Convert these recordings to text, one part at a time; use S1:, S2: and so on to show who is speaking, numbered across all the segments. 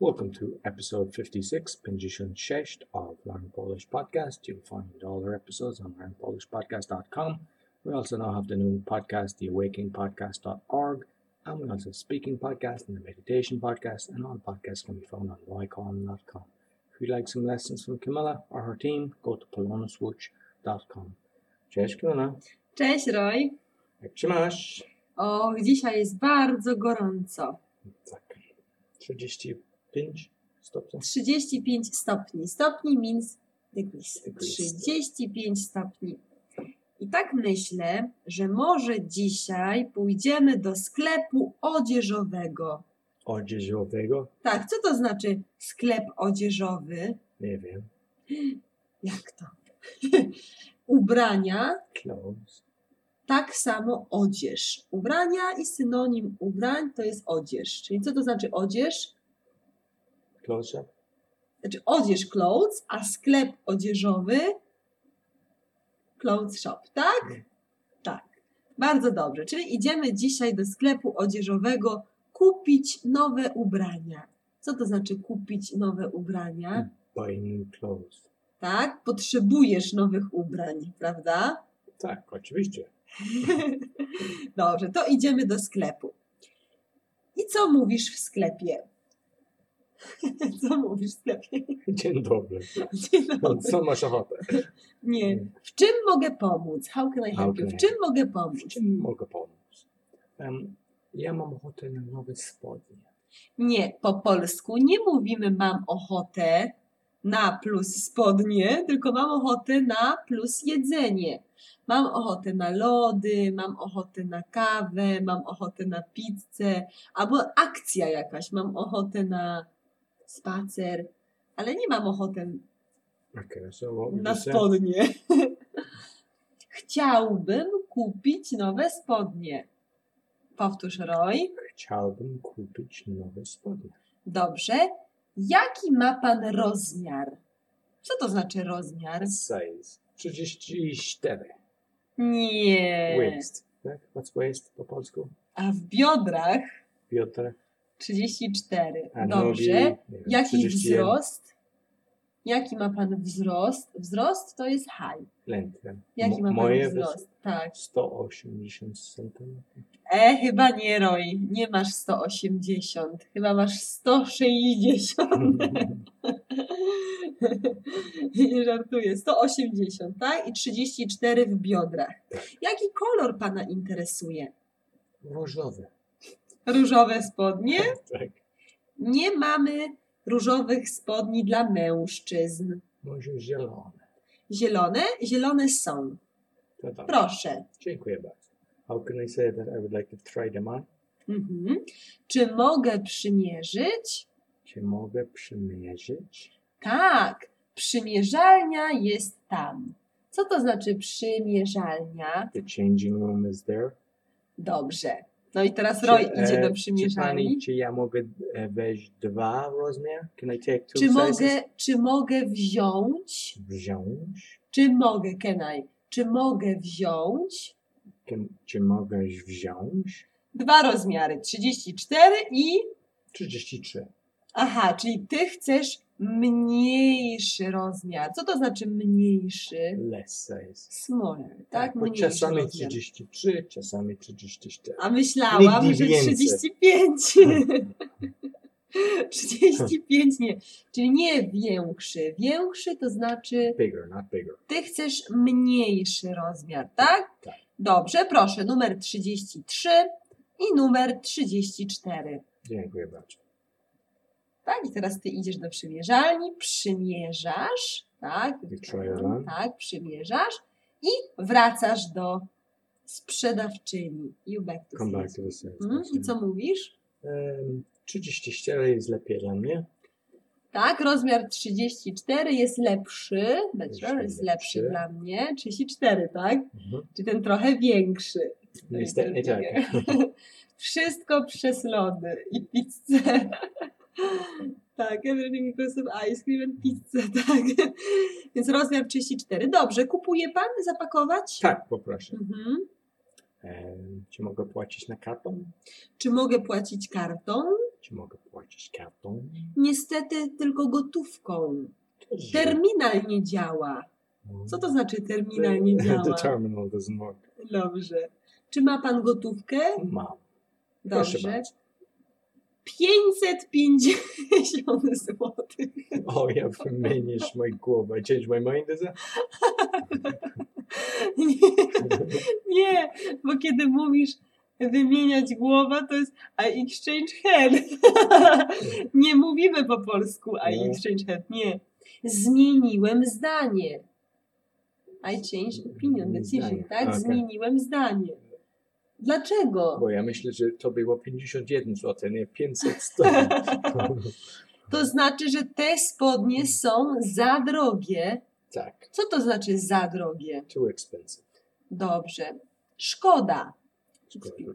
S1: Welcome to episode 56, 56 of Learn Polish Podcast. You'll find all our episodes on learnpolishpodcast.com. We also now have the new podcast, the awakeningpodcast.org, and we also have speaking podcast and the meditation podcast, and all podcasts can be found on ycom.com. If you'd like some lessons from Camilla or her team, go to polonuswitch.com. Cześć Kamila,
S2: Cześć Roy.
S1: jak się masz?
S2: O, dzisiaj jest bardzo gorąco.
S1: Tak, 35 stopni.
S2: 35 stopni. Stopni means degrees.
S1: Degrees, tak.
S2: 35 stopni. I tak myślę, że może dzisiaj pójdziemy do sklepu odzieżowego.
S1: Odzieżowego?
S2: Tak, co to znaczy sklep odzieżowy?
S1: Nie wiem.
S2: Jak to? Ubrania,
S1: Clothes.
S2: tak samo odzież. Ubrania i synonim ubrań to jest odzież. Czyli co to znaczy odzież?
S1: Close up.
S2: znaczy odzież clothes, a sklep odzieżowy clothes shop, tak?
S1: Mhm.
S2: Tak. Bardzo dobrze. Czyli idziemy dzisiaj do sklepu odzieżowego kupić nowe ubrania. Co to znaczy kupić nowe ubrania?
S1: Mhm. Buy new clothes.
S2: Tak? Potrzebujesz nowych ubrań, prawda?
S1: Tak, oczywiście.
S2: dobrze, to idziemy do sklepu. I co mówisz w sklepie? co mówisz w sklepie?
S1: Dzień dobry. No,
S2: Dzień dobry.
S1: Co masz ochotę? Mm.
S2: Nie. W czym mogę pomóc? How can I help
S1: Okej.
S2: you? W czym mogę
S1: W
S2: pomóc?
S1: czym mogę pomóc? Em, ja mam ochotę na nowe spodnie.
S2: Nie, po polsku nie mówimy mam ochotę na plus spodnie, tylko mam ochotę na plus jedzenie. Mam ochotę na lody, mam ochotę na kawę, mam ochotę na pizzę, albo akcja jakaś, mam ochotę na spacer, ale nie mam ochotę
S1: Okay, so what would
S2: na
S1: you say?
S2: spodnie. Chciałbym kupić nowe spodnie. Powtórz, Roy.
S1: Chciałbym kupić nowe spodnie.
S2: Dobrze. Jaki ma pan rozmiar? Co to znaczy rozmiar?
S1: Size 34.
S2: Nie.
S1: Waist. Tak? What's waist po polsku?
S2: A w biodrach
S1: Piotr.
S2: 34.
S1: A
S2: Dobrze.
S1: nogi, nie wiem,
S2: Jaki
S1: 31.
S2: wzrost? Jaki ma pan wzrost? Wzrost to jest high.
S1: Lętwę.
S2: Jaki
S1: Mo-
S2: ma pan
S1: moje
S2: wzrost? Tak.
S1: 180 cm.
S2: E, chyba nie, Roy. Nie masz 180. Chyba masz 160. Nie Żartuję. 180, tak? I 34 w biodrach. Jaki kolor Pana interesuje?
S1: Różowy.
S2: Różowe spodnie?
S1: Tak.
S2: Nie mamy różowych spodni dla mężczyzn.
S1: Może zielony.
S2: Zielone? Zielone są.
S1: To dobrze.
S2: Proszę.
S1: No tak. Dziękuję bardzo. How can I say that I would like to try them on?
S2: Mhm. Czy mogę przymierzyć?
S1: Czy mogę przymierzyć?
S2: Tak, przymierzalnia jest tam. Co to znaczy przymierzalnia?
S1: The changing room is there.
S2: Dobrze. No i teraz Roy
S1: Czy,
S2: idzie
S1: e,
S2: do
S1: Czy, pani,
S2: przymierzalni.
S1: czy ja mogę e, wejść dwa rozmiar? Can I take two
S2: Czy
S1: sizes?
S2: mogę, czy mogę wziąć?
S1: wziąć?
S2: Czy mogę, Kenaj? Czy mogę wziąć?
S1: Can, czy mogę wziąć?
S2: Dwa rozmiary, 34 i...
S1: 33.
S2: Aha, czyli ty chcesz mniejszy rozmiar. Co to znaczy mniejszy?
S1: Less size.
S2: Smaller, tak?
S1: bo
S2: Mniejszy
S1: czasami
S2: rozmiar.
S1: 33, czasami 34.
S2: A myślałam,
S1: Nigdy
S2: że
S1: więcej.
S2: 35. 35 nie. Czyli nie większy. Większy to znaczy
S1: Bigger, not bigger.
S2: ty chcesz mniejszy rozmiar, tak?
S1: Tak.
S2: Dobrze, proszę, numer 33 i numer 34.
S1: Dziękuję bardzo.
S2: Tak, i teraz ty idziesz do przymierzalni, przymierzasz, tak?
S1: I trial.
S2: Tak, przymierzasz i wracasz do sprzedawczyni. You back to
S1: Come back
S2: sales.
S1: to the sales.
S2: Mhm, I co mówisz?
S1: Em, 34 jest lepiej dla mnie.
S2: Tak, rozmiar 34 jest lepszy, better,
S1: Lepszy,
S2: jest lepszy
S1: lepszy.
S2: dla mnie, 34, tak?
S1: Mhm.
S2: Czy ten trochę większy.
S1: Niestety tak.
S2: Wszystko przez lody i pizzę. tak, everything because of ice cream and pizza, tak. Więc rozmiar 34. Dobrze, kupuje pan zapakować?
S1: Tak, poproszę.
S2: Mhm.
S1: Em, Czy mogę płacić na kartą?
S2: Czy mogę płacić kartą?
S1: Czy mogę płacić kartą?
S2: Niestety tylko gotówką.
S1: Też
S2: Terminal nie działa.
S1: No.
S2: Co to znaczy terminal nie
S1: The
S2: działa?
S1: terminal doesn't work.
S2: Dobrze. Czy ma pan gotówkę?
S1: Mam. Proszę
S2: Dobrze.
S1: bardzo.
S2: 550 zł.
S1: O, ja wymienisz moją głowę. I change my mind, is it?
S2: Nie, nie, bo kiedy mówisz wymieniać głowa, to jest I exchange head. Nie mówimy po polsku I
S1: Nie.
S2: exchange head, nie. Zmieniłem zdanie. I change opinion, decision,
S1: Zdanie,
S2: tak?
S1: okej.
S2: Zmieniłem zdanie. Dlaczego?
S1: Bo ja myślę, że to było 51 zł, nie 500 stron.
S2: To znaczy, że te spodnie są za drogie.
S1: tak,
S2: Co to znaczy za drogie?
S1: too expensive.
S2: Dobrze. Szkoda.
S1: Szkoda.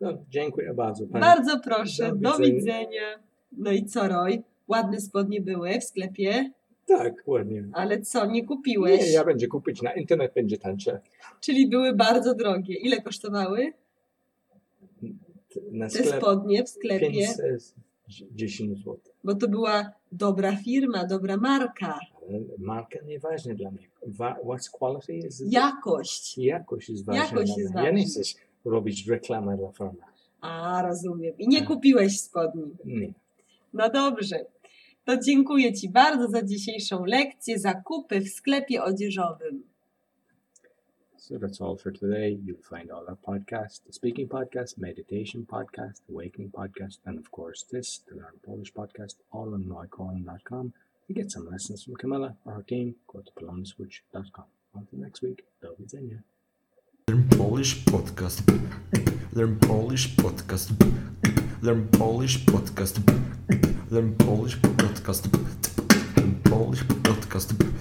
S1: No, dziękuję bardzo pani.
S2: Bardzo proszę.
S1: Do
S2: Do
S1: widzenia.
S2: widzenia. No i co, Roy? Ładne spodnie były w sklepie,
S1: Tak, ładnie.
S2: ale co, nie kupiłeś?
S1: Nie, ja będę kupić na internet, będzie tańsze.
S2: Czyli były bardzo drogie. Ile kosztowały
S1: Na
S2: te
S1: sklep
S2: spodnie w sklepie?
S1: 510 zł.
S2: Bo to była dobra firma, dobra marka.
S1: Ale marka nieważna dla mnie. Wa- What's quality is
S2: Jakość.
S1: jakość jest ważna.
S2: Jakość
S1: dla
S2: jest
S1: mnie. Ja nie
S2: ważna.
S1: chcę robić reklamy dla firmy.
S2: A, rozumiem. I nie kupiłeś spodni.
S1: Nie.
S2: No dobrze. To dziękuję Ci bardzo za dzisiejszą lekcję zakupy w sklepie odzieżowym.
S1: So that's all for today. You'll find all our podcasts the speaking podcast, meditation podcast, the awakening podcast, and of course this, the Learn Polish podcast, all on mycalling.com. To get some lessons from Camilla or her team, go to polonaswitch.com. Until next week, do widzenia.
S3: Learn Polish podcast. Learn Polish podcast. Learn Polish podcast. Learn Polish podcast. Learn Polish podcast.